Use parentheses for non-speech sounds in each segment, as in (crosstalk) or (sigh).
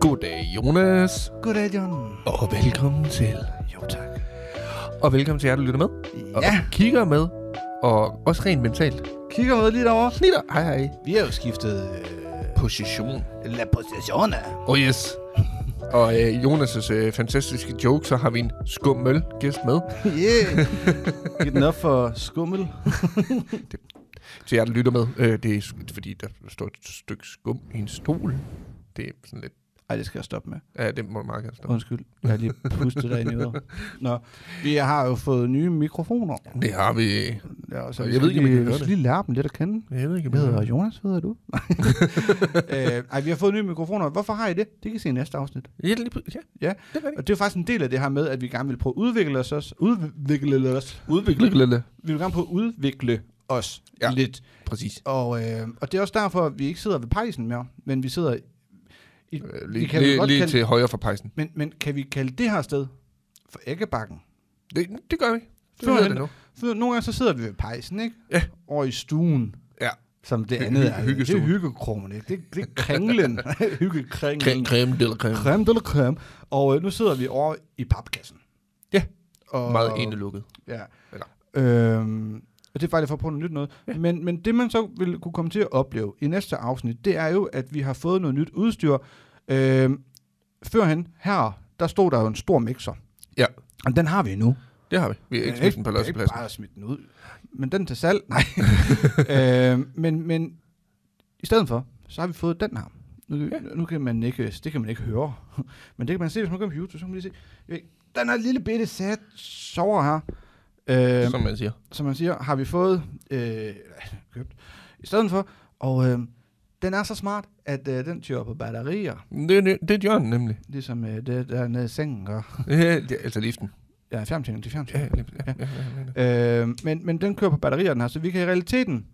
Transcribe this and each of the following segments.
Goddag, Jonas. Goddag, John. Og velkommen til. Jo, tak. Og velkommen til jer, der lytter med. Og Ja, kigger med. Og også rent mentalt. kigger med lige derovre. Snitter. Hej, hej. Vi har jo skiftet øh, Position. la positioner. Oh (laughs) yes. Og øh, Jonas' øh, fantastiske joke, så har vi en skummel gæst med. (laughs) Yeah. Giv den op for skummel. Til jer, der lytter med. Øh, det er sk- fordi, der står et stykke skum i en stol. Det er sådan lidt... Ej, det skal jeg stoppe med. Ja, det må du meget gerne stoppe. Undskyld. Jeg har lige pustet dig ind i øret. Nå, vi har jo fået nye mikrofoner. Det har vi... Ja, så Jeg vi ved skal ikke, om I kan lige, høre vi skal det. lige lære dem lidt at kende. Jeg ved ikke, Jeg hedder Jonas, hedder (laughs) du? øh, ej, vi har fået nye mikrofoner. Hvorfor har I det? Det kan I se i næste afsnit. Ja, lige pr- ja. Ja. det er rigtigt. Og det er jo faktisk en del af det her med, at vi gerne vil prøve at udvikle os. os- Udvikle os. Udviklet. Vi vil gerne prøve at udvikle os Ja. ja. lidt. Præcis. Og, øh, og det er også derfor, at vi ikke sidder ved pejsen mere, men vi sidder... I, Øh, vi Lige, kan vel lige, godt lige kalde- til højre for pejsen. men, men kan vi kalde det her sted for æggebakken? Det, det gør vi. Det Så hedder hen- det nu. For nogle gange så sidder vi ved pejsen, ikke? Ja. Over i stuen. Ja. Som det Hy- andet hy- er. Det hyggestuen. er hyggekrogen, ikke? Det, det er (laughs) kringlen. hyggekringlen. creme de la creme. Creme de la creme. Og øh, nu sidder vi over i papkassen. Ja. Og, Meget enelukket. Ja. Eller- Øhm, og det er faktisk for at prøve noget nyt noget. Ja. Men, men det, man så vil kunne komme til at opleve i næste afsnit, det er jo, at vi har fået noget nyt udstyr. Øhm, førhen her, der stod der jo en stor mixer. Ja. Og den har vi nu. Det har vi. Vi har ikke smidt den på ikke lossepladsen. bare smidt den ud. Men den er til salg, nej. (laughs) øhm, men, men i stedet for, så har vi fået den her. Nu, ja. nu kan man ikke, det kan man ikke høre. (laughs) Men det kan man se, hvis man går på YouTube, så kan man lige se. Jeg ved, Den her lille bitte sat sover her. Øhm, Som man siger. som man siger, har vi fået øh, købt i stedet for. Og øh, den er så smart, at øh, den tyrer på batterier, Det, det, det er Jørgen (laughs) nemlig. ligesom øh, det der nede i sengen gør. Ja, det, altså liften. Ja, fjernsyn, det er Ja, fjernsyn. ja, ja, ja, ja, ja. Øh, men, men den kører på batterier, den her, så vi kan i realiteten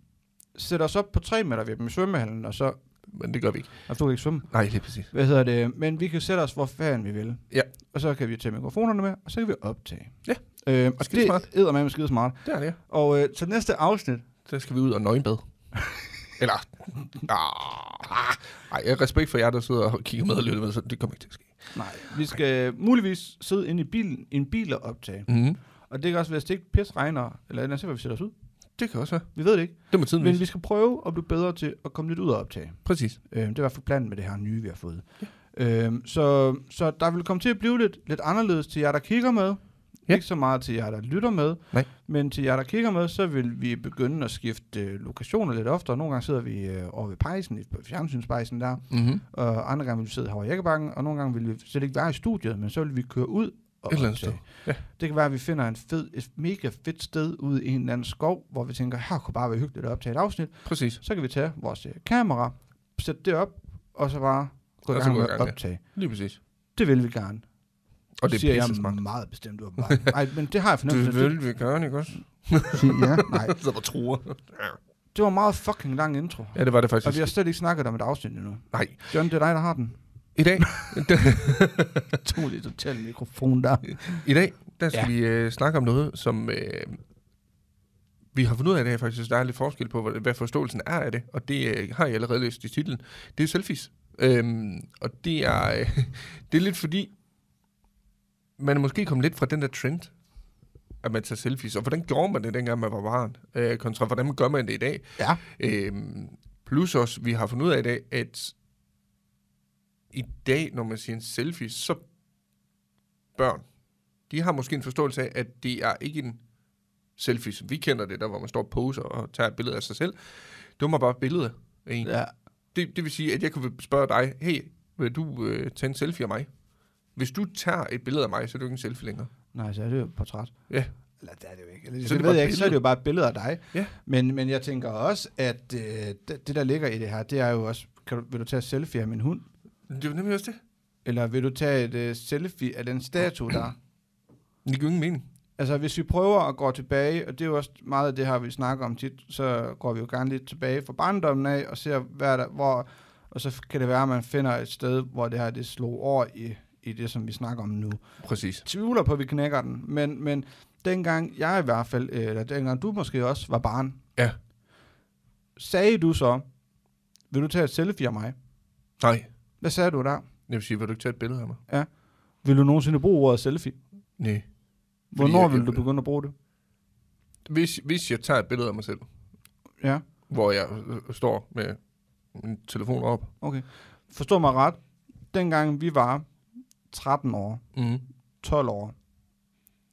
sætte os op på 3 meter ved dem i svømmehallen, og så... Men det gør vi ikke. Og du kan ikke svømme. Nej, lige præcis. Hvad hedder det? Men vi kan sætte os, hvor fanden vi vil. Ja. Og så kan vi tage mikrofonerne med, og så kan vi optage. Ja. Øh, og Skide det smart. er med skide smart. Der er det. Og øh, til næste afsnit, Så skal vi ud og nøgenbad. (laughs) Eller... Ah, Ej, jeg har respekt for jer, der sidder og kigger med og lytter med, så det kommer ikke til at ske. Nej, vi skal muligvis sidde inde i bilen, i en bil og optage. Mm-hmm. Og det kan også være, at det ikke pis regner, eller lad os se, hvad vi sætter os ud. Det kan også være. Vi ved det ikke. Det må tiden Men vise. vi skal prøve at blive bedre til at komme lidt ud og optage. Præcis. Øh, det er i hvert fald planen med det her nye, vi har fået. Øhm, så, så der vil komme til at blive lidt, lidt anderledes til jer, der kigger med. Ja. Ikke så meget til jer, der lytter med. Nej. Men til jer, der kigger med, så vil vi begynde at skifte øh, lokationer lidt oftere. Nogle gange sidder vi øh, over ved pejsen, i fjernsynspejsen der. Mm-hmm. Og andre gange vil vi sidde herovre i Jækkebakken, og nogle gange vil vi slet ikke være i studiet, men så vil vi køre ud og Et eller andet optage. sted, ja. Det kan være, at vi finder en fed, et mega fedt sted ude i en eller anden skov, hvor vi tænker, her kunne bare være hyggeligt at optage et afsnit. Præcis. Så kan vi tage vores øh, kamera, sætte det op, og så bare gå i Og så gang gå i med gang, at ja. optage. Lige præcis. Det vil vi gerne. Og det er siger pisse smart. jeg meget bestemt åbenbart. Nej, men det har jeg Det fornemt. vil vi gøre, ikke også? ja, nej. Så der truer. Det var en meget fucking lang intro. Ja, det var det faktisk. Og vi har slet ikke snakket om et afsnit endnu. Nej. John, det er dig, der har den. I dag, (laughs) To lidt total mikrofon der. I dag der skal ja. Ja. vi øh, snakke om noget, som øh, vi har fundet ud af i dag faktisk. Der er lidt forskel på, hvad, hvad forståelsen er af det, og det øh, har jeg allerede læst i titlen. Det er selfies. Øhm, og det er, øh, (laughs) det er lidt fordi, man er måske kommet lidt fra den der trend, at man tager selfies. Og hvordan gjorde man det, dengang man var barn, øh, kontra hvordan gør man det i dag? Ja. Øhm, plus også, vi har fundet ud af i dag, at i dag, når man siger en selfie, så børn, de har måske en forståelse af, at det er ikke en selfie, som vi kender det, der hvor man står og poser og tager et billede af sig selv. Det var mig bare billeder af en. Ja. Ja. Det, det vil sige, at jeg kunne spørge dig, hey, vil du øh, tage en selfie af mig? Hvis du tager et billede af mig, så er det jo ikke en selfie længere. Nej, så er det jo et portræt. Ja. Eller det er det jo ikke. Eller, Så så er det det bare ved et jeg ikke, så er det jo bare et billede af dig. Ja. Men, men jeg tænker også, at øh, det, det, der ligger i det her, det er jo også, kan du, vil du tage et selfie af min hund? Det var nemlig også det. Eller vil du tage et øh, selfie af den statue der? (clears throat) er? Det giver ingen mening. Altså hvis vi prøver at gå tilbage, og det er jo også meget af det her, vi snakker om tit, så går vi jo gerne lidt tilbage fra barndommen af og ser, hvad der, hvor, og så kan det være, at man finder et sted, hvor det her det slog over i, i det, som vi snakker om nu. Præcis. tvivler på, at vi knækker den, men, men dengang jeg i hvert fald, øh, eller dengang du måske også var barn, Ja. sagde du så, vil du tage et selfie af mig? Nej. Hvad sagde du der? Jeg vil sige, vil du ikke tage et billede af mig? Vil du nogensinde bruge ordet selfie? Nej. Hvornår jeg- vil du begynde at bruge det? Hvis, hvis jeg tager et billede af mig selv, Ja, hvor jeg øh, står med min telefon op. okay. Forstå mig ret. Dengang vi var 13 år, Mm. 12 år,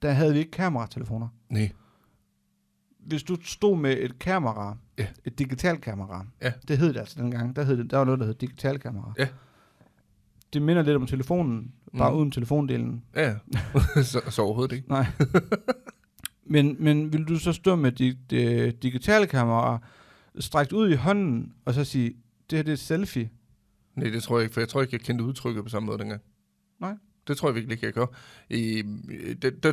der havde vi ikke kameratelefoner. Nej. Hvis du stod med et kamera, Ja. et digitalt kamera, Ja. det hed det altså dengang, der, hed det, der var noget, der hed digitalt kamera. Ja. Det minder lidt om telefonen, bare Mm. uden telefondelen. Ja, ja. (laughs) så, så overhovedet ikke. Nej. men, men vil du så stå med dit øh, digitale kamera strækt ud i hånden, og så sige, det her det er et selfie? Nej, det tror jeg ikke, for jeg tror ikke, jeg kendte udtrykket på samme måde dengang. Nej. Det tror jeg virkelig ikke, jeg gør. I, der, der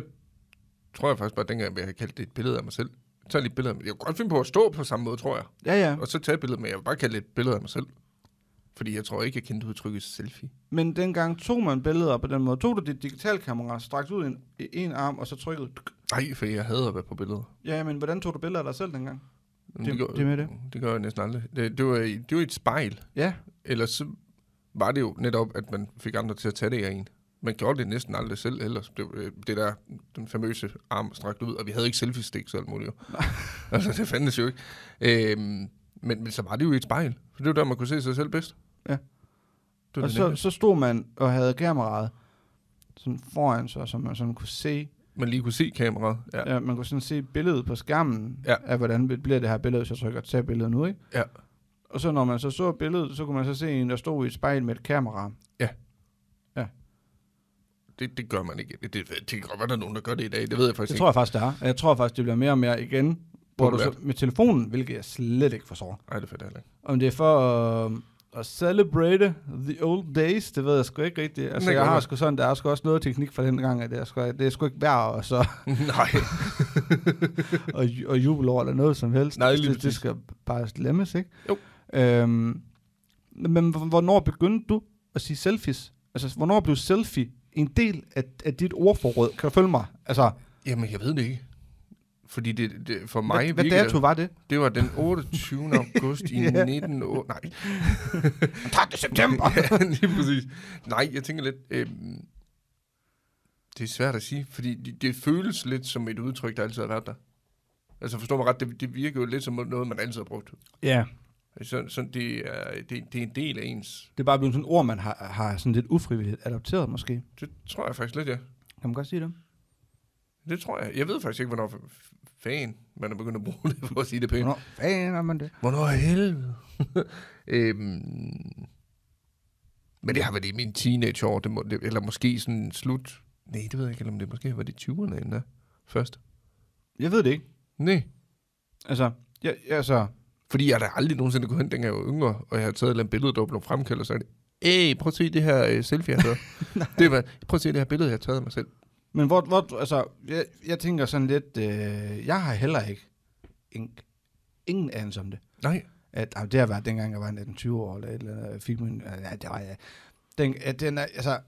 tror jeg faktisk bare, at dengang jeg kaldte det et billede af mig selv. Jeg tager lige et billede af mig. Jeg kunne godt finde på at stå på samme måde, tror jeg. Ja, ja. Og så tage et billede, men jeg vil bare kalde det et billede af mig selv. Fordi jeg tror ikke, jeg kendte udtrykket selfie. Men dengang tog man billeder på den måde. Tog du dit digitale kamera strakt ud i en, i en arm, og så trykkede... tuk. Nej, for jeg hader at være på billeder. Ja, men hvordan tog du billeder af dig selv dengang? Men Det- gør, det med det. Det gør jeg næsten aldrig. Det, det, var, i- det var i et spejl. Ja, Ellers så var det jo netop, at man fik andre til at tage det af en. Man gjorde det næsten aldrig selv ellers. Det, øh, det der, den famøse arm strakt ud, og vi havde ikke selfie-sticks og alt muligt. jo. altså, det fandtes jo ikke. Øhm, men, men så var det jo i et spejl. For det var der, man kunne se sig selv bedst. Ja. Det var og det så, så... så stod man og havde kameraet sådan foran sig, så man sådan kunne se, Man lige kunne se kameraet. Ja. ja. man kunne sådan se billedet på skærmen, Ja. af hvordan bliver det her billede, hvis jeg trykker tage billedet nu, ikke? Ja. Og så når man så så billedet, så kunne man så se en, der stod i et spejl med et kamera. Det, det gør man ikke. Det, det, det kan godt være, der er nogen, der gør det i dag. Det ved jeg faktisk Det tror jeg faktisk, der er. Og Jeg tror faktisk, det bliver mere og mere igen, hvor du så, med telefonen, hvilket jeg slet ikke forstår. ikke. Nej, det fatter jeg heller ikke. (laughs) Om det er for øh, at celebrate the old days, det ved jeg sgu ikke rigtigt. Altså, Det kan jeg har godt sgu sådan, der er sgu også noget teknik fra den gang, at det er sgu, det er sgu ikke værd at, så, Nej. og, og juble over eller noget som helst. Altså, Nej, lige det, det præcis. skal bare glemmes, ikke? Jo. Øhm, men h- hvornår begyndte du at sige selfies? Altså, hvornår blev selfie en del af, af dit ordforråd? Kan du følge mig? Altså, Jamen, jeg ved det ikke. Fordi det, det for mig... hvad, hvad virkede- dato var det? Det var den 28. (laughs) august i Ja. 19... o- (laughs) Nej. 30. september! (laughs) ja, lige præcis. Nej, jeg tænker lidt... Øh, det er svært at sige, fordi det, det føles lidt som et udtryk, der altid har været der. Altså forstår mig ret, det, det virker jo lidt som noget, man altid har brugt. ja, Så, så det, er, det, det er en del af ens. det er bare blevet sådan et ord, man har, har sådan lidt ufrivilligt adopteret, måske. Det tror jeg faktisk lidt, ja. Kan man godt sige det? Det tror jeg. Jeg ved faktisk ikke, hvornår f- f- fan man er begyndt at bruge det, for at sige det pænt. Hvornår fanden er man det? Hvornår i helvede? (laughs) øhm, men det har været i mine teenageår, det må, det, eller måske sådan slut. Nej, det ved jeg ikke, eller om det måske har været i 20'erne endda først. Jeg ved det ikke. Nej, Altså, jeg, jeg, altså, fordi jeg da aldrig nogensinde kunne hen, dengang jeg var yngre, og jeg havde taget et eller andet billede, der var blevet fremkaldt, og så sagde, Æh, prøv at se det her øh, selfie, jeg (laughs) havde. det var, prøv at se det her billede, jeg har taget af mig selv. Men hvor, hvor altså, jeg, jeg tænker sådan lidt, øh, jeg har heller ikke en, ingen anelse om det. Nej, At, ah, det har været dengang, jeg var 19-20 år, eller et eller andet, jeg fik min, ja, det var jeg. Den, at den er, altså,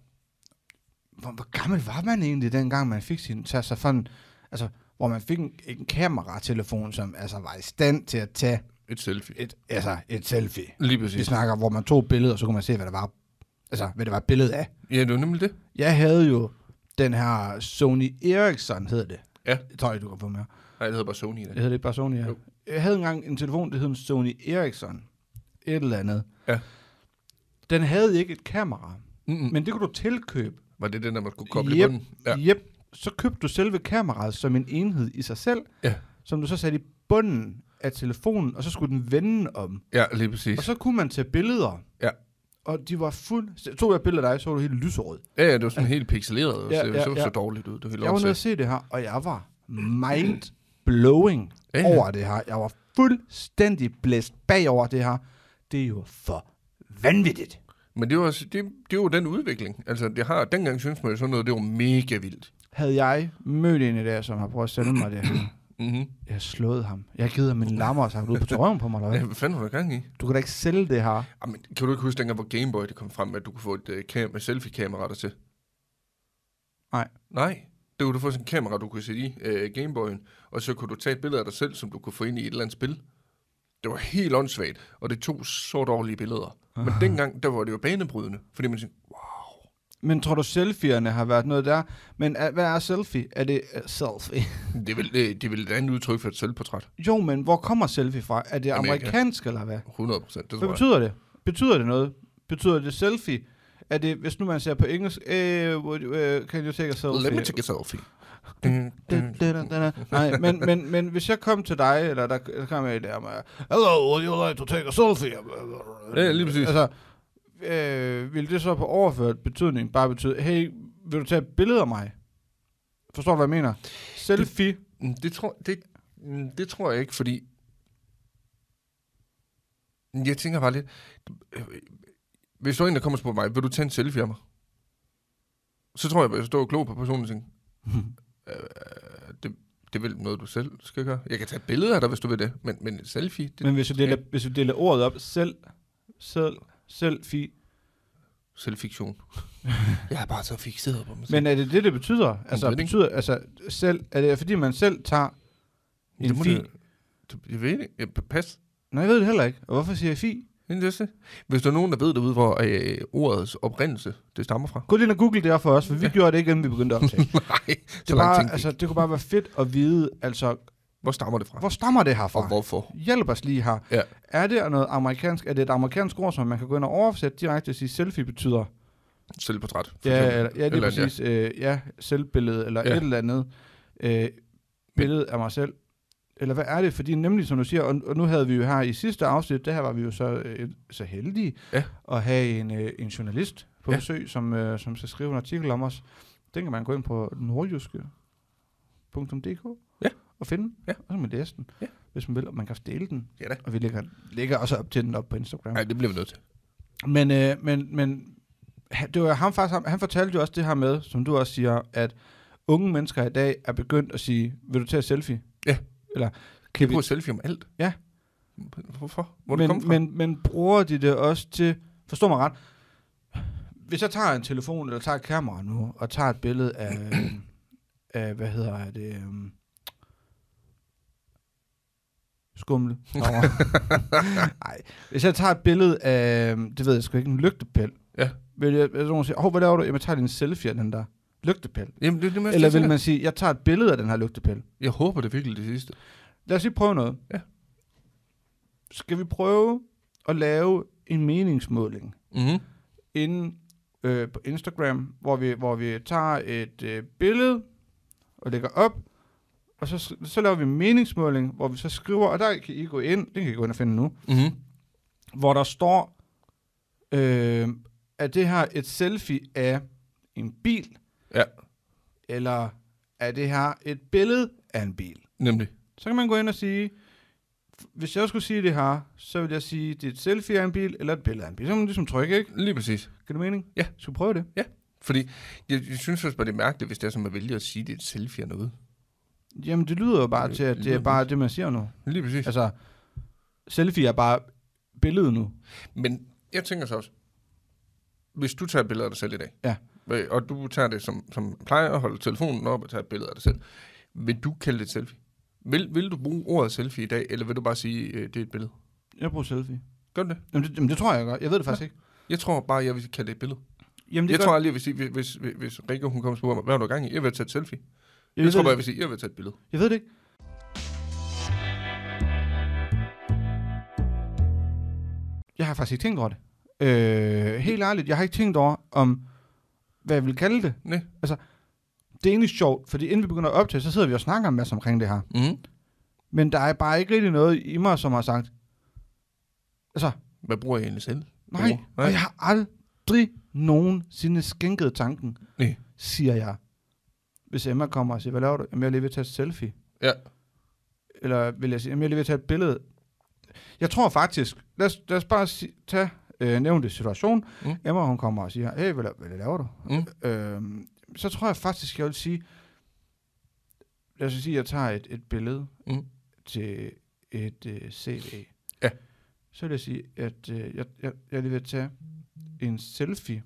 hvor, hvor gammel var man egentlig dengang, man fik sin, så, så sådan, altså, hvor man fik en, en kameratelefon, som altså var i stand til at tage et selfie. et, altså, et selfie. Lige Vi præcis. snakker, hvor man tog billeder, og så kunne man se, hvad der var, altså, hvad det var et billede af. Ja, det var nemlig det. Jeg havde jo den her Sony Ericsson, hed det. Ja. Det tror jeg, du kan få med. Nej, det hedder bare Sony. Det Da. hedder det ikke bare Sony, ja. Jo. Jeg havde engang en telefon, der hed en Sony Ericsson. Et eller andet. Ja. Den havde ikke et kamera, Mm-mm. men det kunne du tilkøbe. Var det den, der man skulle koble i Yep. bunden? Ja. Yep. Så købte du selve kameraet som en enhed i sig selv, Ja. som du så satte i bunden af telefonen, og så skulle den vende om. ja, lige præcis. Og så kunne man tage billeder. Ja. Og de var fuld... Tog jeg billeder af dig, så var du helt lyserød. Ja, ja, det var sådan helt pixeleret, Ja, ja, så, ja, ja, så, ja. så dårligt ud. Det var helt Jeg var nede åndssvagt. og se det her, og jeg var mind blowing Ja, ja. over det her. Jeg var fuldstændig blæst bagover det her. Det er jo for vanvittigt. Men det var, også- det, det var den udvikling. Altså, det har, dengang synes man jo sådan noget, det var mega vildt. Havde jeg mødt en i dag, som har prøvet at sælge mig det her, Mm-hmm. jeg har slået ham. Jeg har givet ham en lammer og sagt, "Du er ude på røven på mig, eller Ja, hvad? hvad fanden var der gang i? Du kan da ikke sælge det her. Jamen, kan du ikke huske dengang, hvor Gameboy det kom frem, at du kunne få et, uh, kam- et selfie-kamera der til? Nej. Nej. Det kunne du få sådan en kamera, du kunne sætte i uh, Gameboyen, og så kunne du tage et billede af dig selv, som du kunne få ind i et eller andet spil. Det var helt åndssvagt, og det tog så dårlige billeder. Men dengang, der var det jo banebrydende, fordi man tænkte, wow, Men tror du, selfierne har været noget der? Men er, hvad er selfie? Er det uh, selfie? Det er vel, øh, det er vel et andet udtryk for et selvportræt. Jo, men hvor kommer selfie fra? Er det Amerika. amerikansk, eller hvad? 100 procent, det Hvad tror jeg. betyder det? Betyder det noget? Betyder det selfie? Er det, hvis nu man ser på engelsk, eh, would you, eh, can you take a selfie? Let me take a selfie. Da, da, da, da, da. Nej, men, men, men hvis jeg kom til dig, eller der der kom jeg der med, hello, would you like to take a selfie? Ja, lige præcis. Altså, øh, vil det så på overført betydning bare betyde, hey, vil du tage et billede af mig? Forstår du, hvad jeg mener? Selfie. Mm, Det tror, det, mm, det tror jeg ikke, fordi... Mm, Jeg tænker bare lidt... øh, Hvis du er en, der kommer og spørger mig, vil du tage en selfie af mig? Så tror jeg, at jeg står og klog på personen og tænker, øh, det, det er vel noget, du selv skal gøre. Jeg kan tage billeder af dig, hvis du vil det, men, men et selfie, det, men hvis du, deler, hvis du deler ordet op, selv, selv, selfie, selvfiktion. jeg har bare så fixeret på mig selv. Men er det det, det betyder? Altså, ved det ikke. betyder, altså selv, er det fordi, man selv tager... Men det må en fi. det- det- Jeg ved det. Jeg, pas. Nej, jeg ved det heller ikke. Og hvorfor siger jeg fi? Det er det, jeg siger. Hvis der er nogen, der ved derude, hvor øh, ordets oprindelse, det stammer (laughs) fra. Gå lige ind og google det her for os, for vi gjorde det ikke, inden vi begyndte (laughs) at optage. Nej, det, så langt er bare, tænkte altså, altså, det kunne bare være fedt at vide, altså, Hvor stammer det fra? hvor stammer det her Og fra? hvorfor? Hjælp os lige her. Ja. Er det noget amerikansk, er det et amerikansk ord, som man kan gå ind og oversætte direkte og sige, selfie betyder? Selvportræt. for Ja, eksempel. eller, ja, det er Eller, ja. præcis. Ja. Øh, ja, selvbillede, eller Ja. ja. et eller andet øh, billede af mig selv. Eller hvad er det? Fordi nemlig, som du siger, og, og nu havde vi jo her i sidste afsnit, det her var vi jo så, øh, så heldige Ja. at have en, øh, en journalist på Ja. besøg, som, øh, som skal skrive en artikel om os. Den kan man gå ind på nordjyske.dk Ja. og finde, Ja. og så kan man læse den, Ja. hvis man vil, og man kan også dele den. Ja da. Og vi lægger, lægger også op til den op på Instagram. Nej, det bliver vi nødt til. Men, øh, men, men han- det var ham faktisk, ham, han fortalte jo også det her med, som du også siger, at unge mennesker i dag er begyndt at sige, vil du tage et selfie? Ja. Eller, Vi kan vi, bruger selfie om alt. Ja. Hvorfor? Hvor er det men, kommet fra? men, men bruger de det også til, forstå mig ret, hvis jeg tager en telefon, eller tager et kamera nu, og tager et billede af, (clears throat) af hvad hedder det, um, skumle. (laughs) Nej, hvis jeg tager et billede af, øhm, det ved jeg sgu ikke, en lygtepæl. Ja. Vil jeg, vil nogen sige, åh, hvad laver du? Jamen, jeg tager lige en selfie af den der lygtepæl. Jamen, det, det må jeg Eller sige vil til man sige, jeg tager et billede af den her lygtepæl? dig. Jeg håber det er virkelig det sidste. Lad os lige prøve noget. Ja. Skal vi prøve at lave en meningsmåling Mm-hmm. inde øh, på Instagram, hvor vi, hvor vi tager et øh, billede og lægger op, og så, sk- så laver vi en meningsmåling, hvor vi så skriver, og der kan I gå ind, det kan I gå ind og finde nu, Mm-hmm. hvor der står, øh, er det her et selfie af en bil? Ja. Eller er det her et billede af en bil? Nemlig. Så kan man gå ind og sige, hvis jeg skulle sige det her, så vil jeg sige, det er et selfie af en bil, eller et billede af en bil. Så kan man ligesom trykke, ikke? Lige præcis. Kan du mening? Ja. Skal vi prøve det? Fordi jeg, jeg synes også bare, det er mærkeligt, hvis det er som at vælge at sige, det er et selfie af noget. Jamen, det lyder jo bare Det til, at det er lyder bare det, man siger nu. Lige præcis. Altså, selfie er bare billedet nu. Men jeg tænker så også, hvis du tager et billede af dig selv i dag, Ja. øh, og du tager det som, som plejer at holde telefonen op og tage et billede af dig selv, vil du kalde det et selfie? Vil, vil du bruge ordet selfie i dag, eller vil du bare sige, øh, det er et billede? Jeg bruger selfie. Gør du det? Jamen, det, jamen, det tror jeg godt. Jeg ved det faktisk ikke. Jeg tror bare, jeg vil kalde det et billede. Jamen, det Jeg er tror aldrig, jeg vil sige, hvis, hvis, hvis Rikke, hun kommer og spørger mig, hvad har du gang i? Jeg vil tage et selfie. jeg, Jeg, ved jeg tror det- bare, jeg vil sige, jeg vil tage et billede. Jeg ved det ikke. Jeg har faktisk ikke tænkt over det. Øh, helt ærligt, jeg har ikke tænkt over, om hvad jeg vil kalde det. Altså, Nej. Det er egentlig sjovt, fordi inden vi begynder at optage, så sidder vi og snakker en masse omkring det her. Mm. Men der er bare ikke rigtig noget i mig, som har sagt, altså, Hvad bruger jeg egentlig selv? nej, Ord? og jeg har aldrig nogensinde skænket tanken, Nej. siger jeg. Hvis Emma kommer og siger, hvad laver du? Jamen, jeg er lige ved at tage et selfie. Ja. Eller vil jeg sige, jamen, jeg er lige ved at tage et billede. Jeg tror faktisk, lad os, lad os bare si- tage øh, nævnte situation. Mm. Mm. Emma, hun kommer og siger, hey, hvad, la- hvad laver du? Mm. Øhm, så tror jeg faktisk, jeg vil sige, lad os sige, jeg tager et, et billede Mm. til et øh, CV. Ja. Så vil jeg sige, at øh, jeg, jeg, jeg er lige ved at tage en selfie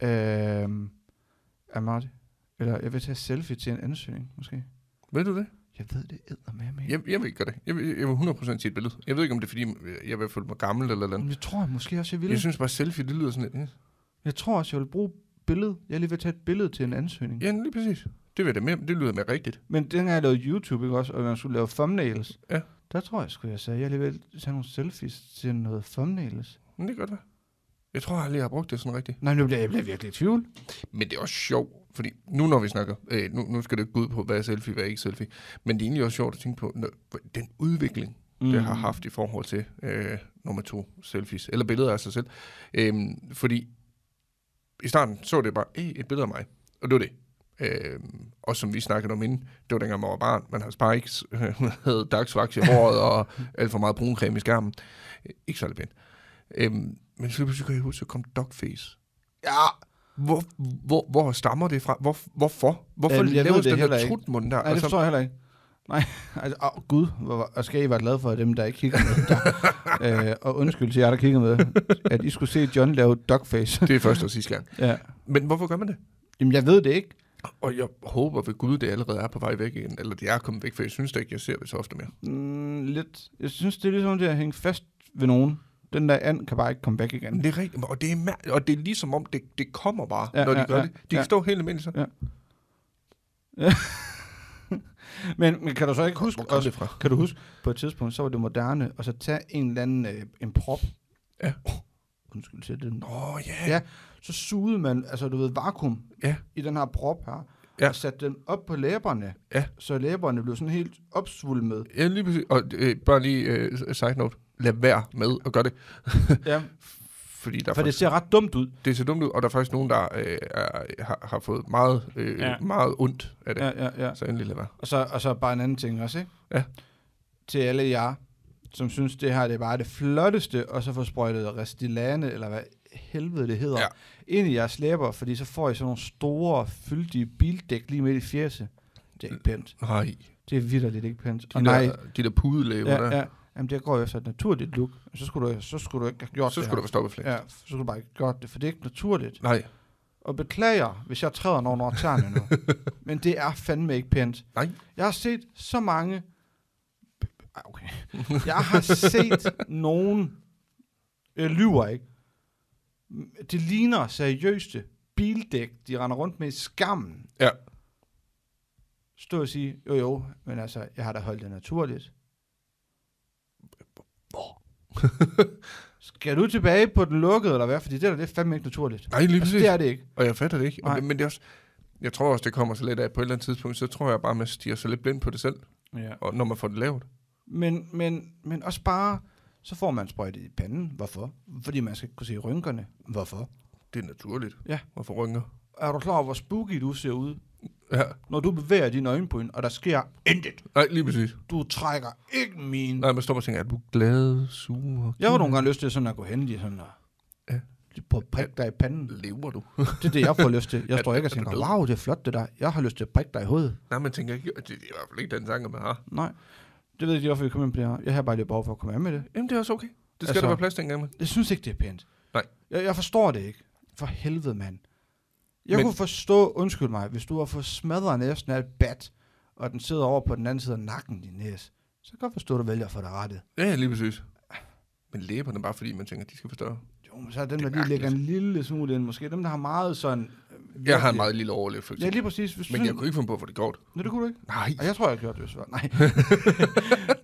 af, af Marty. Eller jeg vil tage selfie til en ansøgning, måske. Ved du det? Jeg ved det eddermame ikke. Jeg, jeg vil ikke gøre det. Jeg vil, jeg vil 100% sige et billede. Jeg ved ikke, om det er, fordi jeg vil føle mig gammel eller noget. Men jeg tror jeg måske også, jeg ville. Jeg synes bare, selfie, det lyder sådan lidt... Jeg tror også, jeg vil bruge billede. Jeg er lige ved at tage et billede til en ansøgning. Ja. Ja, lige præcis. Det, vil jeg da mere, det lyder mere rigtigt. Men dengang jeg lavede YouTube, ikke også, og man skulle lave thumbnails, Ja. der tror jeg sgu, jeg sagde, jeg er lige ved at tage nogle selfies til noget thumbnails. Men det kan godt være. Jeg tror aldrig, jeg har brugt det sådan rigtigt. Nej, nu bliver jeg bliver virkelig i tvivl. Men det er også sjovt, fordi nu når vi snakker, øh, nu, nu skal det ikke gå ud på, hvad er selfie, hvad er ikke selfie, men det er egentlig også sjovt at tænke på, når, den udvikling, mm. det har haft i forhold til, øh, når man tog selfies, eller billeder af sig selv. Øhm, fordi i starten så det bare, "Ey, et billede af mig, og det var det. Øhm, og som vi snakkede om inden, det var dengang, man var barn, man havde spikes, (laughs) man havde dagsvaks (laughs) i håret, og alt for meget bruncreme i skærmen. Øh, Ikke særlig pænt. Øhm, men så lige pludselig kan jeg huske, så kom dogface. Ja, hvor, hvor, hvor stammer det fra? Hvor, hvorfor? Hvorfor Jamen, jeg ved laves det den heller der ikke. trutmund der? Nej, Og det så- forstår jeg heller ikke. Nej, (laughs) altså, åh, gud, hvor, hvor- og skal I være glade for, at dem, der ikke kigger med (laughs) der. Øh, og undskyld til jer, der kigger med, at I skulle se John lave (laughs) dogface. det er første og sidste gang. ja. Men hvorfor gør man det? Jamen, jeg ved det ikke. Og jeg håber ved Gud, det allerede er på vej væk igen. Eller det er kommet væk, for jeg synes da ikke, jeg ser det så ofte mere. Mm, lidt. Jeg synes, det er ligesom det at hænge fast ved nogen. Den der and kan bare ikke komme væk igen. Men det er rigtigt. Og det er, mær- og det er ligesom om, det, det kommer bare, Ja, ja, når de ja, ja, gør ja, ja, det. De kan ja. stå helt almindeligt så. Men, men kan du så ikke huske, Hvor kom også, det fra? kan du huske, på et tidspunkt, så var det moderne, og så tage en eller anden øh, en prop. Ja. Undskyld til det. Åh, oh, ja. Ja. ja. Så sugede man, altså du ved, vakuum Ja. i den her prop her, Ja. og satte den op på læberne, Ja. så læberne blev sådan helt opsvulmet. Ja, lige præcis. Og øh, bare lige øh, side note. Lad være med at gøre det. (laughs) ja, Fordi der er for det faktisk, ser ret dumt ud. det ser dumt ud, og der er faktisk nogen, der øh, er, har, har fået meget, øh, Ja. ja. meget ondt af det. Ja. Ja, ja, ja. Så endelig lad være. Og så, og så bare en anden ting også, ikke? Ja. Til alle jer, som synes, det her det er bare det flotteste, og så får sprøjtet Restylane, eller hvad helvede det hedder, Ja. ind i jeres læber, fordi så får I sådan nogle store, fyldige bildæk lige midt i fjeset. Det er ikke pænt. Nej, Det er vidderligt ikke pænt. de, Og der, nej, de der pudelæber ja, der. ja. Jamen, det går jo efter et naturligt look. Så skulle du, så skulle du ikke have gjort Så det skulle der her. være stoppet flere. Ja. Ja, så skulle du bare ikke have gjort det, for det er ikke naturligt. Nej, Og beklager, hvis jeg træder nogen over tæerne (laughs) nu. Men det er fandme ikke pænt. nej. Jeg har set så mange... Ej, Okay. Jeg har set nogen... Jeg lyver ikke. Det ligner seriøste bildæk, de render rundt med i skammen. Ja. Stå og sige, jo jo, men altså, jeg har da holdt det naturligt. Skal du tilbage på den lukkede, eller hvad? Fordi det der, det er fandme ikke naturligt. Nej, lige Altså, præcis. det er det ikke. Og jeg fatter det ikke. Nej. Og det, men det er også, jeg tror også, det kommer så lidt af, at på et eller andet tidspunkt, så tror jeg bare, man stiger sig lidt blind på det selv, Ja. og når man får det lavet. Men, men, men også bare, så får man sprøjtet i panden. Hvorfor? Fordi man skal kunne se rynkerne. Hvorfor? Det er naturligt. Ja. Hvorfor rynker? Er du klar over, hvor spooky du ser ud, Ja. når du bevæger dine øjenbryn, og der sker intet? Nej, lige præcis. Du trækker ikke min. Nej, man står og tænker, er du glad, sur? Jeg har nogle gange lyst til sådan at gå hen lige sådan og Ja. lige prøve at prikke dig i panden. Lever du? (laughs) Det er det, jeg får lyst til. Jeg Er- står ikke og er du tænker, død? wow, det er flot det der. Jeg har lyst til at prikke dig i hovedet. Nej, man tænker ikke, det er i hvert fald ikke den tanke, man har. Nej. Det ved jeg ikke, hvorfor vi kommer ind på det her. Jeg har bare lige behov for at komme af med det. Jamen, det er også okay. Det skal Altså- altså, der være plads til engang. Jeg synes ikke, det er pænt. Nej. Jeg, jeg forstår det ikke. For helvede, mand. Jeg Men... Men- kunne forstå, undskyld mig, hvis du har fået smadret næsten af et bat, og den sidder over på den anden side af nakken, din næse, så kan jeg godt forstå, at du vælger at få det rettet. Ja, ja, lige præcis. Men læberne bare fordi, man tænker, de skal forstørre. Jo, men så er dem, Det der er lige lægger en mærkeligt. lille smule ind, måske dem, der har meget sådan... øh, Jeg har virkelig- en meget lille overlæb, for Ja, eksempel. lige præcis. Hvis du Men jeg synes- kunne ikke finde på, hvor det går. Nå, det kunne du ikke. Nej. Og jeg tror, jeg gjorde det, hvis det var. (laughs) Nej.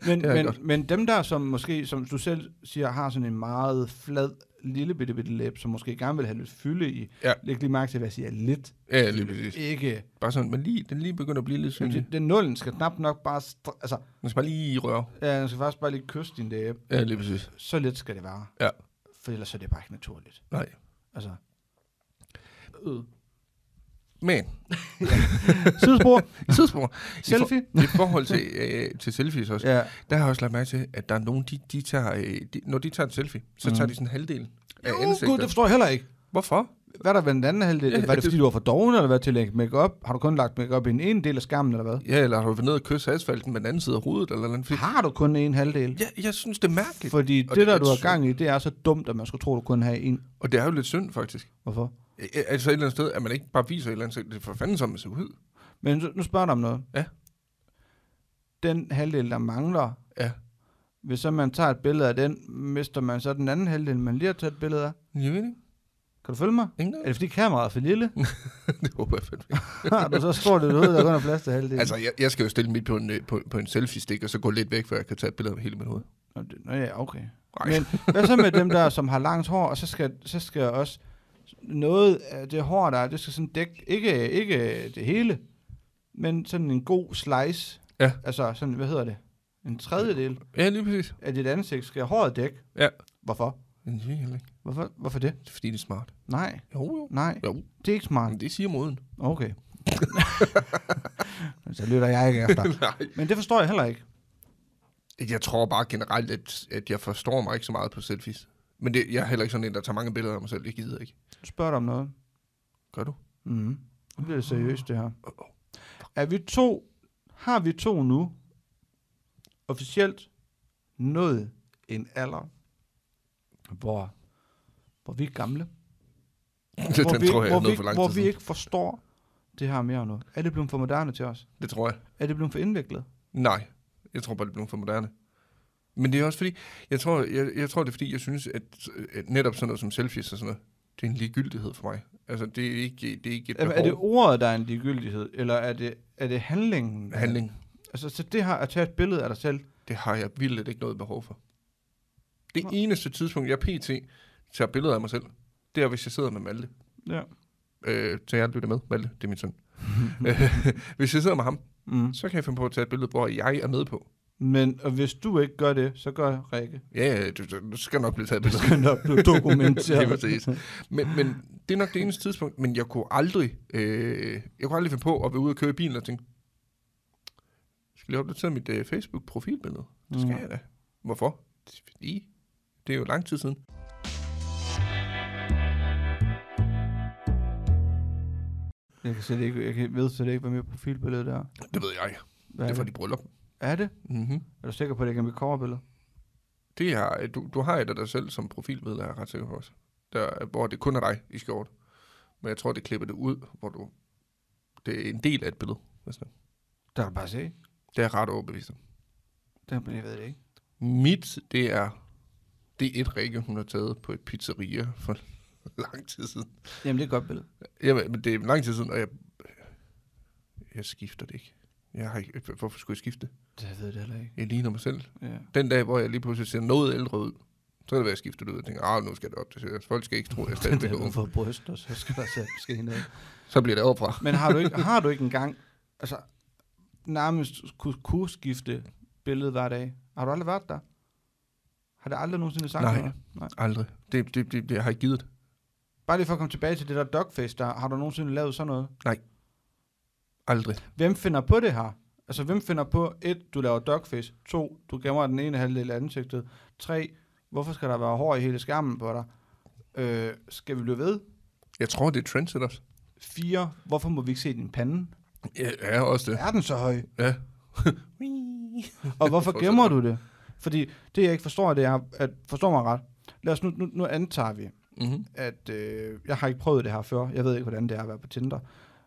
men, Det er men, godt. men dem der, som måske, som du selv siger, har sådan en meget flad, lille bitte, bitte læb, som måske gerne vil have lidt fylde i. Ja. Læg lige mærke til, hvad jeg siger. Lidt. Ja, lige præcis. Ikke. Bare sådan, men lige, den lige begynder at blive lidt Jamen, synlig. det, den nullen skal knap nok bare... Str- altså, Man skal bare lige røre. ja, den skal faktisk bare lige kysse din læbe. Ja, lige præcis. Så lidt skal det være. Ja. For ellers er det bare ikke naturligt. Nej. (laughs) Altså. Øh. Men Sidespor. (laughs) Tidsspor. Selfie. I, for, I forhold til, øh, til selfies også, ja. ja. der har jeg også lagt mærke til, at der er nogen, de, de tager, øh, de, når de tager en selfie, så Mhm. mm. tager de sådan en halvdel af Jo, ansigtet. gud, det forstår jeg heller ikke. Hvorfor? Hvad er der ved den anden halvdel? Ja, Ja, var det, det- fordi du var for doven, eller hvad til at lægge make-up? Har du kun lagt make-up i den ene del af skærmen, eller hvad? Ja, eller har du været nede og kysse asfalten med den anden side af hovedet, eller noget andet? Har du kun en halvdel? Ja, jeg synes, det er mærkeligt. For... Fordi det, det er der, lidt du har synd. gang i, det er så dumt, at man skulle tro, du kun havde en. Og det er jo lidt synd, faktisk. Hvorfor? Øh, øh, Altså et eller andet sted, at man ikke bare viser et eller andet sted, det er for fanden som man ser ud. Men så- nu spørger jeg dig om noget. Ja. Den halvdel, der mangler, Ja. hvis så man tager et billede af den, mister man så den anden halvdel, man lige har taget et billede af. Jeg ved ikke. Kan du følge mig? Ingen Er det fordi kameraet er for (laughs) lille? det håber jeg fandme ikke. Har du så stort et hoved, der kun er plads til halvdelen? Altså, jeg, jeg skal jo stille mit på en, øh, på, på en selfie-stik, og så gå lidt væk, før jeg kan tage et billede af hele mit hoved. Nå, det- Nå ja, okay. Ej. Men hvad så med dem der, som har langt hår, og så skal, så skal også noget af det hår, der er, det skal sådan dække, ikke, ikke det hele, men sådan en god slice. Ja. Altså sådan, hvad hedder det? En tredjedel Ja, lige præcis. af dit ansigt skal håret dække. Ja. Hvorfor? Men det er heller ikke. Hvorfor, Hvorfor det? Det er fordi, det er smart. Nej, Jo, jo. nej, Jo, det er ikke smart. men det siger moden. Okay. (laughs) så lytter jeg ikke (laughs) efter. (laughs) Nej. Men det forstår jeg heller ikke. Jeg tror bare generelt, at, at jeg forstår mig ikke så meget på selfies. Men det, jeg er heller ikke sådan en, der tager mange billeder af mig selv. Det gider jeg ikke. Du spørger dig om noget. Gør du? Mm-hmm. Mm. Nu bliver det seriøst, det her. Er vi to, har vi to nu officielt nået en alder, hvor, hvor vi er gamle? (laughs) Det, (laughs) hvor den vi, tror jeg, hvor er vi, noget for lang Hvor tid vi siden. ikke forstår det her mere nu. Er det blevet for moderne til os? Det tror jeg. Er det blevet for indviklet? Nej, jeg tror bare, det blev for moderne. Men det er også fordi, jeg tror, jeg, jeg tror det er fordi, jeg synes, at, at netop sådan noget som selfies og sådan noget, det er en ligegyldighed for mig. Altså, det er ikke, det er ikke et Er, behov. er det ordet, der er en ligegyldighed, eller er det, er det handlingen? der- handling? Altså, så det her at tage et billede af dig selv, Det har jeg vildt ikke noget behov for. Det Nå. eneste tidspunkt, jeg pt. tager billeder af mig selv, det er, hvis jeg sidder med Malte. Ja. Øh, så jeg lytter med, Malte, det er (laughs) min søn. Øh, hvis jeg sidder med ham, Mm. så kan jeg finde på at tage et billede, hvor jeg er med på. Men og hvis du ikke gør det, så gør (laughs) Rikke. Ja, ja, du, du du skal nok blive taget et Det billede. skal nok blive Lige (laughs) dokumenteret. præcis. Men, men det er nok det eneste tidspunkt, men jeg kunne aldrig, øh, jeg kunne aldrig finde på at være ude og køre i bilen og tænke, skal jeg opdatere mit øh, Facebook-profilbillede? Det skal Mm. jeg da. Hvorfor? Det er Fordi det er jo lang tid siden. Jeg kan slet ikke, jeg kan ved slet ikke, hvad mit profilbillede der er. Det ved jeg. Hvad det er, er fra det? dit bryllup. er det? Mm-hmm. Er du sikker på, at det ikke er mit coverbillede? Det er, du, du har et af dig selv som profilbillede, er jeg ret sikker på også. Der, hvor det kun er dig i skjort. Men jeg tror, det klipper det ud, hvor du... Det er en del af et billede. hvis det er. Der kan du bare se. Det er jeg ret overbevist om. Der, men jeg ved det ikke. Mit, det er, det er et række, hun har taget på et pizzeria for (laughs) lang tid siden. Jamen, det er et godt billede. Jamen, men det er lang tid siden, og jeg, jeg skifter det ikke. Jeg har ikke, hvorfor skulle jeg skifte? Det jeg ved det heller ikke. Jeg ligner mig selv. Ja. Den dag, hvor jeg lige pludselig ser noget ældre ud, så kan det være, jeg skifter det ud og tænker, ah, nu skal det op til Folk skal ikke tro, at jeg (laughs) Den stadig der, er du ung. får bryst, og så skal der selv ske noget. Så bliver det overfra. (laughs) Men har du ikke, har du ikke engang, altså, nærmest kunne, kunne skifte billede hver dag? Har du aldrig været der? Har det aldrig nogensinde sagt Nej. noget? Nej. Aldrig. Det, det, det, det har jeg ikke givet. Bare lige for at komme tilbage til det der dogface der, har du nogensinde lavet sådan noget? Aldrig. Hvem finder på det her? Altså, hvem finder på, et, du laver dogface, to, du gemmer den ene halvdel af ansigtet, tre, hvorfor skal der være hår i hele skærmen på dig? Øh, skal vi blive ved? Jeg tror, det er trendsetters. Fire, hvorfor må vi ikke se din pande? Ja, ja også det. Er den så høj? Ja. (laughs) Og hvorfor Fortsæt. gemmer du det? Fordi det, jeg ikke forstår, det er, at forstår mig ret, lad os nu, nu, nu antager vi, Mm-hmm. at øh, jeg har ikke prøvet det her før. Jeg ved ikke, hvordan det er at være på Tinder.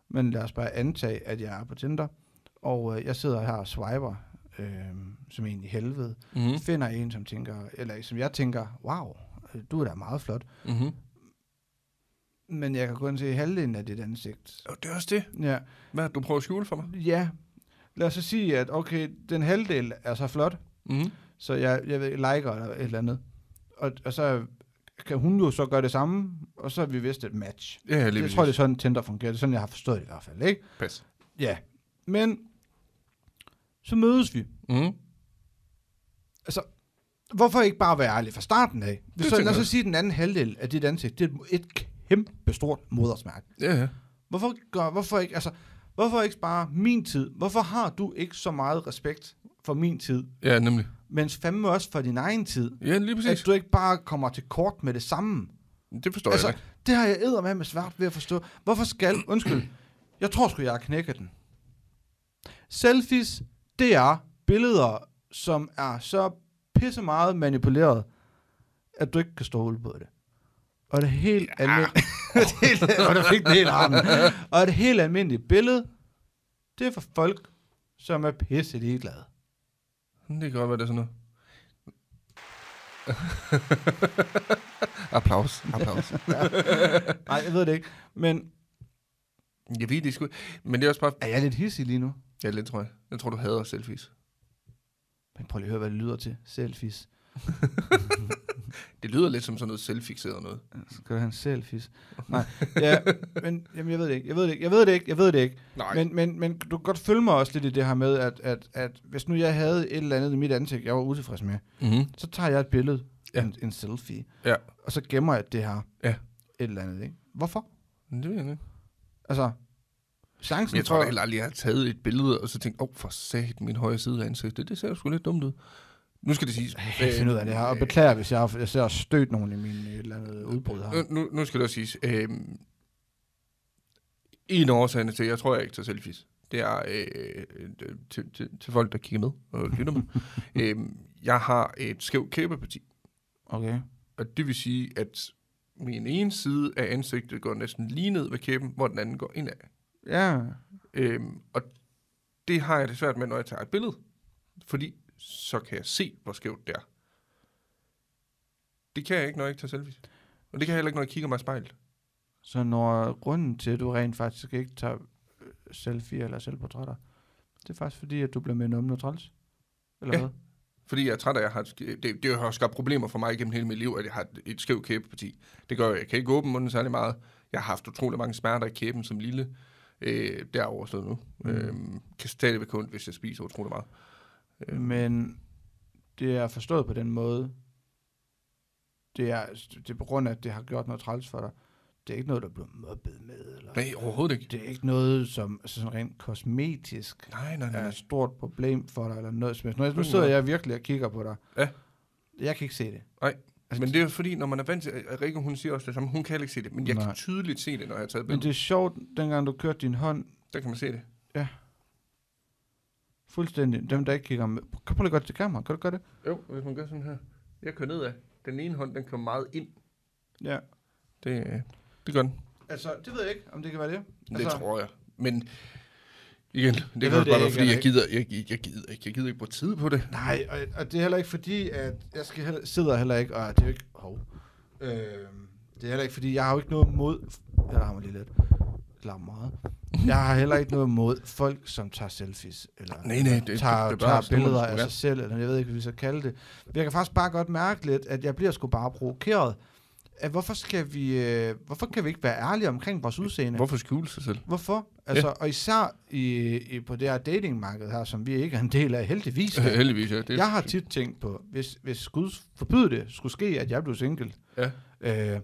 Men lad os bare antage, at jeg er på Tinder. Og øh, jeg sidder her og swiper, øh, som en i helvede. Mm-hmm. Finder en, som tænker, eller som jeg tænker, wow, øh, du er da meget flot. Mm-hmm. Men jeg kan kun se halvdelen af dit ansigt. Og det er også det. Ja, Hvad er det, du prøver at skjule for mig? ja. lad os så sige, at okay, den halvdel er så flot, Mm-hmm. så jeg, jeg ved, ikke, liker eller et eller andet. Og, og så kan hun jo så gøre det samme, og så er vi vist et match. Ja, lige Jeg tror, det er sådan, Tinder fungerer. Det er sådan, jeg har forstået det i hvert fald, ikke? Pas. Ja. Men så mødes vi. Mm. Hvorfor ikke bare være ærlig fra starten af? Hvis Det så, tænker lad os så jeg. sige, at den anden halvdel af dit ansigt, det er et kæmpe stort modersmærke. Ja, ja. Hvorfor, gør, hvorfor ikke, altså, hvorfor ikke spare min tid? Hvorfor har du ikke så meget respekt for min tid, Ja, nemlig. mens fandme også for din egen tid? Ja, lige præcis. At du ikke bare kommer til kort med det samme. Det forstår altså, Altså, jeg ikke. det har jeg æder med med svært ved at forstå. Hvorfor skal... Undskyld. Jeg tror sgu, jeg har knækket den. Selfies, det er billeder, som er så pisse meget manipuleret, at du ikke kan stole på det. Og det er helt (laughs) almindeligt... og der fik den helt armen. Og et helt almindeligt billede, det er for folk, som er pisse ligeglade. Det kan godt være, det er sådan noget. (laughs) Applaus, applaus. Nej, jeg ved det ikke. Men Jeg ved det sgu. Men det er også bare... er jeg lidt hissig lige nu? Ja, lidt tror jeg. Jeg tror, du hader selfies. Men prøv lige at høre, hvad det lyder til. Selfies. Det lyder lidt som sådan noget selvfixeret noget. Skal du have en selfies? Nej, ja, men jamen, jeg ved det ikke. Jeg ved det ikke. Jeg ved det ikke. Jeg ved det ikke. Nej. Men, men, men du kan godt følge mig også lidt i det her med, at, at, at hvis nu jeg havde et eller andet i mit ansigt, jeg var utilfreds med, Mm-hmm. så tager jeg et billede, Ja. ja. en, en selfie, Ja. og så gemmer jeg det her. Ja. Et eller andet, ikke? Hvorfor? Det ved jeg ikke. Altså, chancen Men jeg tror da for- heller aldrig, jeg har taget et billede, og så tænkt, åh, oh, for sat min højre side af ansigtet. Det ser sgu lidt dumt ud. Nu skal det siges... Jeg øh, finder ud af det her, og øh, beklager, hvis jeg, har- jeg ser stødt nogen i min et eller andet udbrud her. Nu, nu, nu skal det også siges. Øh, en af årsagerne til, jeg tror, jeg ikke tager selfies, det er øh, øh, til, til, til folk, der kigger med og lytter (laughs) med. øh, jeg har et skævt kæbeparti, Okay. og det vil sige, at min ene side af ansigtet går næsten lige ned ved kæben, hvor den anden går indad. Ja. Øhm, og det har jeg det svært med, når jeg tager et billede. Fordi så kan jeg se, hvor skævt det er. Det kan jeg ikke, når jeg ikke tager selfies. Og det kan jeg heller ikke, når jeg kigger mig i spejlet. Så når grunden til, at du rent faktisk ikke tager øh, selfie eller selvportrætter, det er faktisk fordi, at du bliver mere nummen og træls? Eller Ja. hvad? Fordi jeg er træt af, at jeg har et, sk- det, det har skabt problemer for mig gennem hele mit liv, at jeg har et, et skævt kæbeparti. Det gør, at jeg kan ikke åbne munden særlig meget. Jeg har haft utrolig mange smerter i kæben som lille. Øh, det er overstået nu. Mm. Mm. Øhm, kan stadigvæk kun, hvis jeg spiser utrolig meget. Øh, Men det er forstået på den måde, det er, det er på grund af, at det har gjort noget træls for dig. Det er ikke noget, der bliver mobbet med. Eller, nej, overhovedet ikke. det er ikke noget, som altså sådan rent kosmetisk Nej, nej, nej. er nej. et stort problem for dig, eller noget som helst. Nu- Nu Puh, sidder ja. jeg virkelig og kigger på dig. Uh-huh. Ja. Jeg kan ikke se det. Altså, Men det er jo fordi, når man er vant til... at Rikke, hun siger også det samme. Hun kan heller ikke se det, men jeg Nej. Nej. kan tydeligt se det, når jeg har taget Men billedet. det er sjovt, dengang du kørte din hånd Der kan man se det. fuldstændig. Dem, der ikke kigger med. Kom prøv lige godt til kameraet. Kan du gøre det? Jo, hvis man gør sådan her. Jeg kører nedad. Den ene hånd, den kommer meget ind. Ja. Det, øh, det gør den. Altså, det ved jeg ikke, om det kan være det. Det Altså- tror jeg. Men igen, det kan ved også bare det være, ikke, fordi jeg Henrik. gider, jeg, jeg, jeg gider ikke. Jeg gider ikke bruge tid på det. Nej, og, og, det er heller ikke fordi, at jeg skal heller, sidder heller ikke, og det er jo ikke... Hov. Øh, det er heller ikke fordi, jeg har jo ikke noget mod... Jeg larmer lige lidt. Jeg larmer meget. Jeg har heller ikke noget mod folk, som tager selfies. Eller, Nej, nej, det- det- tager, det er bare tager sådan, man billeder skulle af være. sig selv, eller jeg ved ikke, hvad vi skal kalde det. Men jeg kan faktisk bare godt mærke lidt, at jeg bliver sgu bare provokeret. At hvorfor, skal vi, øh, hvorfor kan vi ikke være ærlige omkring vores udseende? Hvorfor skjule sig (laughs) selv? Hvorfor? Altså, ja. Og især i, i, på det her datingmarked her, som vi ikke er en del af, heldigvis. da. (laughs) Heldigvis, ja. Det, Jeg har tit tænkt på, hvis, hvis Gud forbyde det, skulle ske, at jeg blev single. Ja. Øh,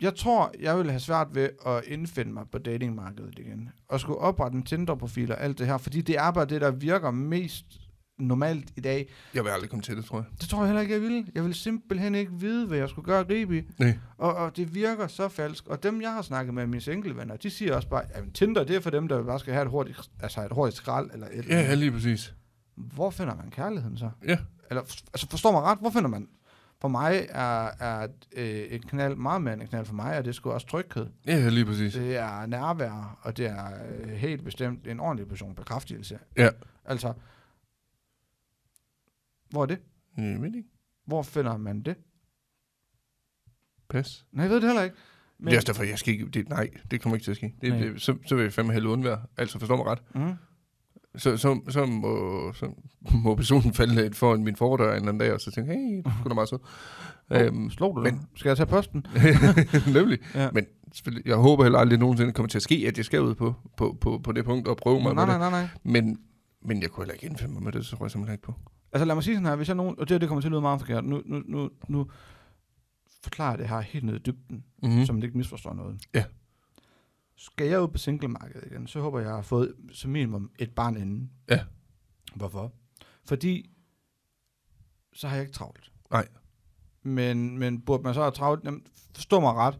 jeg tror, jeg ville have svært ved at indfinde mig på datingmarkedet igen. Og skulle oprette en Tinder-profil og alt det her, fordi det er bare det, der virker mest normalt i dag. jeg vil aldrig komme til det, tror jeg. Det tror jeg heller ikke, jeg ville. Jeg ville simpelthen ikke vide, hvad jeg skulle gøre ribi. Nej. Og, og det virker så falsk. Og dem, jeg har snakket med, mine singlevenner, de siger også bare, at Tinder, det er for dem, der bare skal have et hurtigt, altså et hurtigt skrald. Eller et eller Ja, andet." ja, lige præcis. Hvor finder man kærligheden så? Ja. Eller, f- altså forstår mig ret, hvor finder man? For mig er, er øh, et knald meget mere end et knald for mig, og det skulle også tryghed. Ja, lige præcis. Det er nærvær, og det er øh, helt bestemt en ordentlig person bekræftelse. Ja. Altså, hvor er det? Jeg ved Øh, ikke. Hvor finder man det? Pas. Nej, jeg ved det heller ikke. Men... Det er også derfor, jeg skal ikke... Det, nej, det kommer ikke til at ske. Det, Nej. det, så, så vil jeg fandme hellere undvære. Altså, forstår mig ret. mm, så, så, så, må, så må personen falde lidt foran min fordør en eller anden dag, og så tænke, hey, du er da meget sød. Oh. Øhm, (laughs) slog du men- men, Skal jeg tage posten? nemlig. Ja. Men selvfølgelig, jeg håber heller aldrig nogensinde kommer til at ske, at jeg skal ud på, på, på, på det punkt og prøve mig nej, med nej, nej, nej. det. Men, men jeg kunne heller ikke indfinde mig med det, så tror jeg simpelthen ikke på. Altså lad mig sige sådan her, hvis jeg nogen, og det, her, det kommer til at lyde meget forkert, nu, nu, nu, nu forklarer jeg det her helt ned i dybden. Mm-hmm. mm. så man ikke misforstår noget. Ja. Skal jeg ud på singlemarkedet igen, så håber jeg, jeg har fået som minimum et barn inden. Ja. Hvorfor? Fordi så har jeg ikke travlt. Nej. Men, men burde man så have travlt? Jamen, forstå mig ret.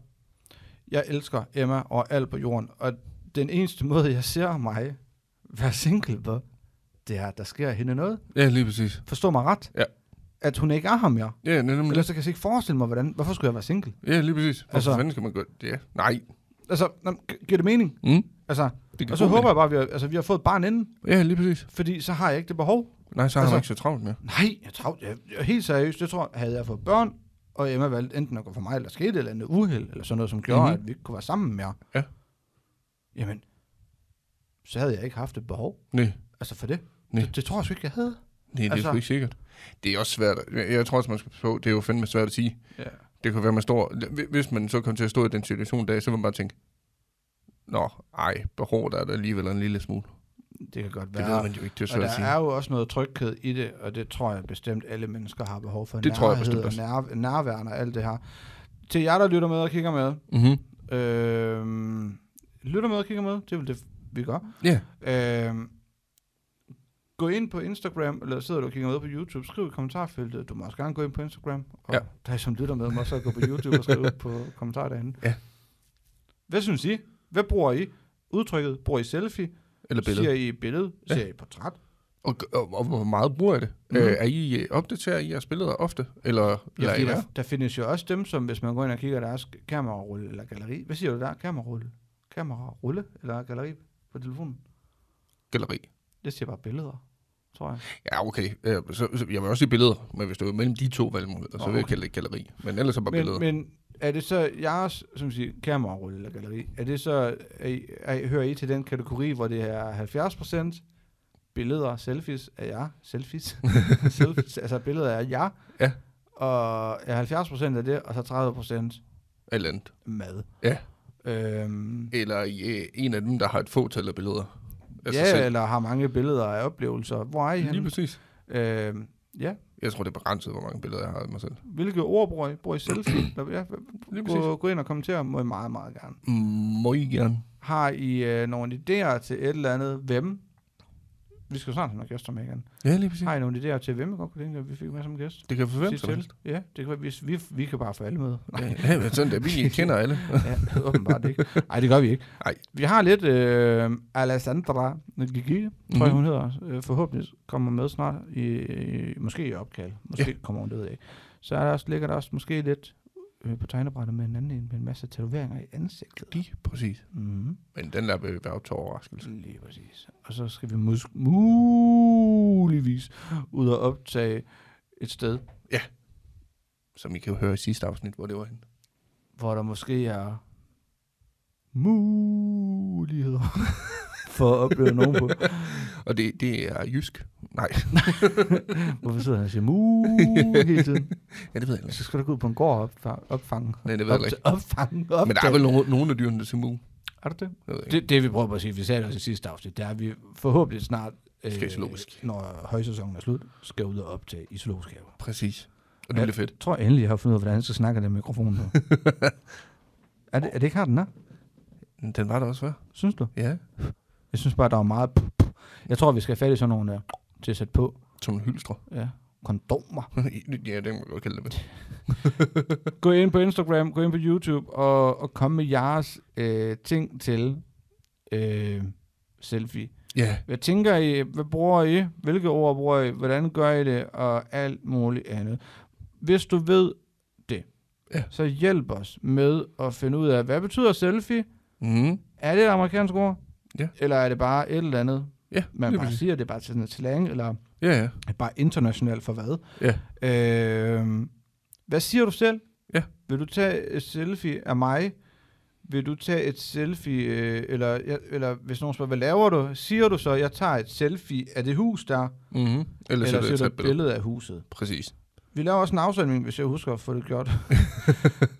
Jeg elsker Emma og alt på jorden, og den eneste måde, jeg ser mig være single på, det er, at der sker hende noget. Ja, lige præcis. Forstå mig ret. Ja. Mm. At hun ikke er ham, jeg. Ja, nemlig. Ellers så kan jeg slet ikke forestille mig, hvordan, hvorfor skulle jeg være single? Ja, lige præcis. Hvorfor altså, Altså- fanden skal man gøre det? Ja. Nej. Altså, nå, gi- giver det mening? Mm. Altså, Det og så håber jeg bare, at vi har, altså, vi har fået barn inden, Ja, lige præcis. fordi så har jeg ikke det behov. Nej, så har altså, man Altså- ikke så travlt mere. Nej, jeg tror, jeg, jeg, er helt seriøst, jeg tror, havde jeg fået børn, og Emma valgte enten at gå for mig, eller der skete et eller andet uheld, eller sådan noget, som gjorde, Mhm. mm-hmm. at vi ikke kunne være sammen mere. Ja. Jamen, så havde jeg ikke haft et behov. Nej. Altså for det. Nej. Det, det tror jeg sgu ikke, jeg havde. Nej, det er Altså- sgu ikke sikkert. Det er også svært. at- Jeg, jeg tror også, man skal passe på. Det er jo fandme svært at sige. Ja. Det kan være, man står... hvi- Hvis man så kom til at stå i den situation der, så vil man bare tænke, Nå, ej, behov der er der alligevel en lille smule. Det kan godt Det være. ved man jo ikke, det er og svært at der sige. er jo også noget tryghed i det, og det tror jeg bestemt, alle mennesker har behov for. Det tror jeg Nærhed bestemt og nær, nærværende og alt det her. Til jer, der lytter med og kigger med. Mm-hmm. Øh, lytter med og kigger med, det er vel det, vi gør. Ja, Øh, gå ind på Instagram, eller sidder du og kigger med på YouTube, skriv i kommentarfeltet. Du må også gerne gå ind på Instagram, og Ja. ja. dig som lytter med, må også gå på YouTube og skrive på kommentar derinde. Ja. Hvad synes I? Hvad bruger I? Udtrykket, bruger I selfie? eller billede. Ser I billede? Ja. Ja. Ser I portræt? Og, og, og hvor meget bruger jeg det? Mm. Mhm. Øh, er I øh, opdaterer I jeres billeder ofte? Eller, Ja, eller fordi eller- der, der findes jo også dem, som hvis man går ind og kigger i deres kamerarulle eller galleri. Hvad siger du der? Kamerarulle? Kamerarulle eller galleri på telefonen? galleri? Det siger bare billeder, tror jeg. Ja, okay. Øh, så, så, jeg vil også sige billeder, men hvis det er mellem de to valgmuligheder, så Nå, vil jeg okay. kalde det galleri. Men ellers er bare billeder. Men, men er det så jeres, som siger, kamerarulle eller galleri, er det så, er I, er I, hører I til den kategori, hvor det er 70% billeder, selfies af jer, selfies, (laughs) selfies altså billeder af jer, Ja. og er 70% af det, og så 30% Eller andet. mad. Ja. Øhm, Eller I, øh, en af dem, der har et fåtal af billeder. af sig ja, selv. selv. eller har mange billeder af oplevelser. Hvor er I Lige henne? præcis. Øhm, ja. Jeg tror, det er begrænset, hvor mange billeder jeg har af mig selv. Hvilke ord bruger I? Bruger I (clears throat) selfie? Eller, ja, Lige præcis. gå, gå ind og kommentere, må I meget, meget gerne. Mm, Må I gerne. Har I øh, nogle idéer til et eller andet? Hvem? Vi skal jo snart have nogle gæster med igen. Ja, lige præcis. Har I nogle idéer til, hvem I godt kunne tænke, jer, at vi fik med som gæst? Det kan forvente Sig sig. til. helst. Ja, det kan være, vi, vi, vi kan bare få alle med. Ja, ja, men sådan der. Vi kender alle. (laughs) Ja, (laughs) åbenbart ikke. Nej, det gør vi ikke. Nej. Vi har lidt øh, Alessandra Gigi, tror jeg, hun hedder. Øh, Forhåbentlig kommer hun med snart. I, i, måske i opkald. Måske ja. kommer hun, det ved jeg ikke. Så er der også, ligger der også måske lidt øh, på tegnebrættet med en anden en, med en masse tatoveringer i ansigtet. Lige præcis. Mm-hmm. Men den der vil være til overraskelse. Lige præcis. Og så skal vi mus- muligvis ud og optage et sted, Som I kan jo høre i sidste afsnit, hvor det var henne. hvor der måske er muligheder (laughs) for at opleve nogen på. Og det, det er jysk. Nej, (laughs) Hvorfor sidder han og siger mu hele tiden? ja, det ved jeg ikke. Så skal du gå ud på en gård og opfa- opfange. Nej, det ved jeg Opt- ikke. opfange, opfange. Men der er vel nogen, nogen af dyrene, der ser mu. Er det det? Jeg ved ikke. det? Det vi prøver på at sige, vi sagde det også i sidste afsnit, det er, at vi forhåbentlig snart, øh, Skal i zoologisk. når højsæsonen er slut, skal ud og optage i zoologisk have. Præcis. Og det bliver fedt. Jeg tror endelig, jeg har fundet ud af, hvordan jeg skal snakke af den mikrofon (laughs) nu. er, det, er det ikke her, den er? Den var der også, hva'? Synes du? Ja. Jeg synes bare, der er meget... p- p- Jeg tror, vi skal have fat i sådan nogle der, til at sætte på. Som en hylstre. (laughs) Ja. Kondomer. ja, det kan man godt kalde det. Men. Gå ind på Instagram, gå ind på YouTube og, og kom med jeres øh, ting til øh, selfie. Ja, Hvad tænker I? Hvad bruger I? Hvilke ord bruger I? Hvordan gør I det? Og alt muligt andet. Hvis du ved det, Ja. så hjælp os med at finde ud af, hvad betyder selfie? mm. Er det et amerikansk ord? Ja. Eller er det bare et eller andet, ja man lige bare præcis. siger, det er bare til sådan et slang, eller er Ja, ja. det bare internationalt for hvad? Ja. Øh, hvad siger du selv? Ja. Vil du tage et selfie af mig? Vil du tage et selfie, øh, eller, ja, eller hvis nogen spørger, hvad laver du? Siger du så, jeg tager et selfie af det hus der, Mm-hmm. Ellers eller Ellers er siger det du et et billede. billede af huset? Præcis. Vi laver også en afsending, hvis jeg husker at få det (laughs) gjort.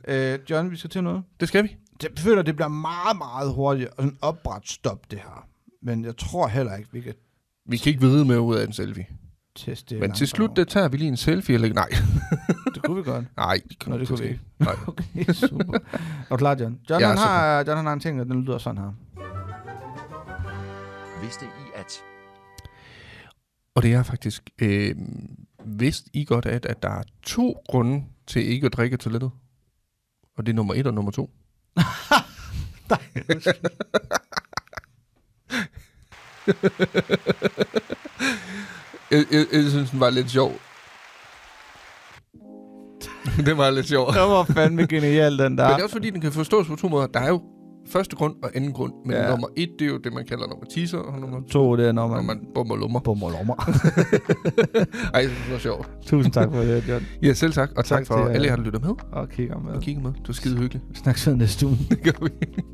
øh, John, vi skal til noget. Det skal vi. Jeg føler, det bliver meget, meget hurtigt og sådan opbræt stop det her. Men jeg tror heller ikke, vi kan Vi kan ikke vide med ud af en selfie. teste det. Men langt til slut, over. der tager vi lige en selfie, eller ikke? Nej, (laughs) Det kunne vi godt. nej. Det kommer Nå, det til at kunne vi ske. Nej. (laughs) Okay, super. Er du klar, John? Jeg John, ja, er han har, øh, John han har en ting, og den lyder sådan her. Vidste I at... Og det er faktisk, øh, vidste I godt, at, at der er to grunde til ikke at drikke toilettet? Og det er nummer et og nummer to. jeg, jeg, jeg synes, den var lidt sjov. (laughs) den var lidt sjov. Det var fandme genial, den Men der. det er også fordi, den kan forstås på to måder. Der er jo første grund og anden grund, men Ja. ja. nummer et, det er jo det, man kalder nummer teaser, og nummer To, det er, når når man, man bummer lummer. bummer lommer. Ej, det var sjovt. (laughs) Tusind tak for det, John. Ja, selv tak, og tak, Tak tak for til jer. alle jer, der lytter med Og kigger med. og kigger med. Det var skide hyggeligt. Snak sådan næste uge. Det gør vi.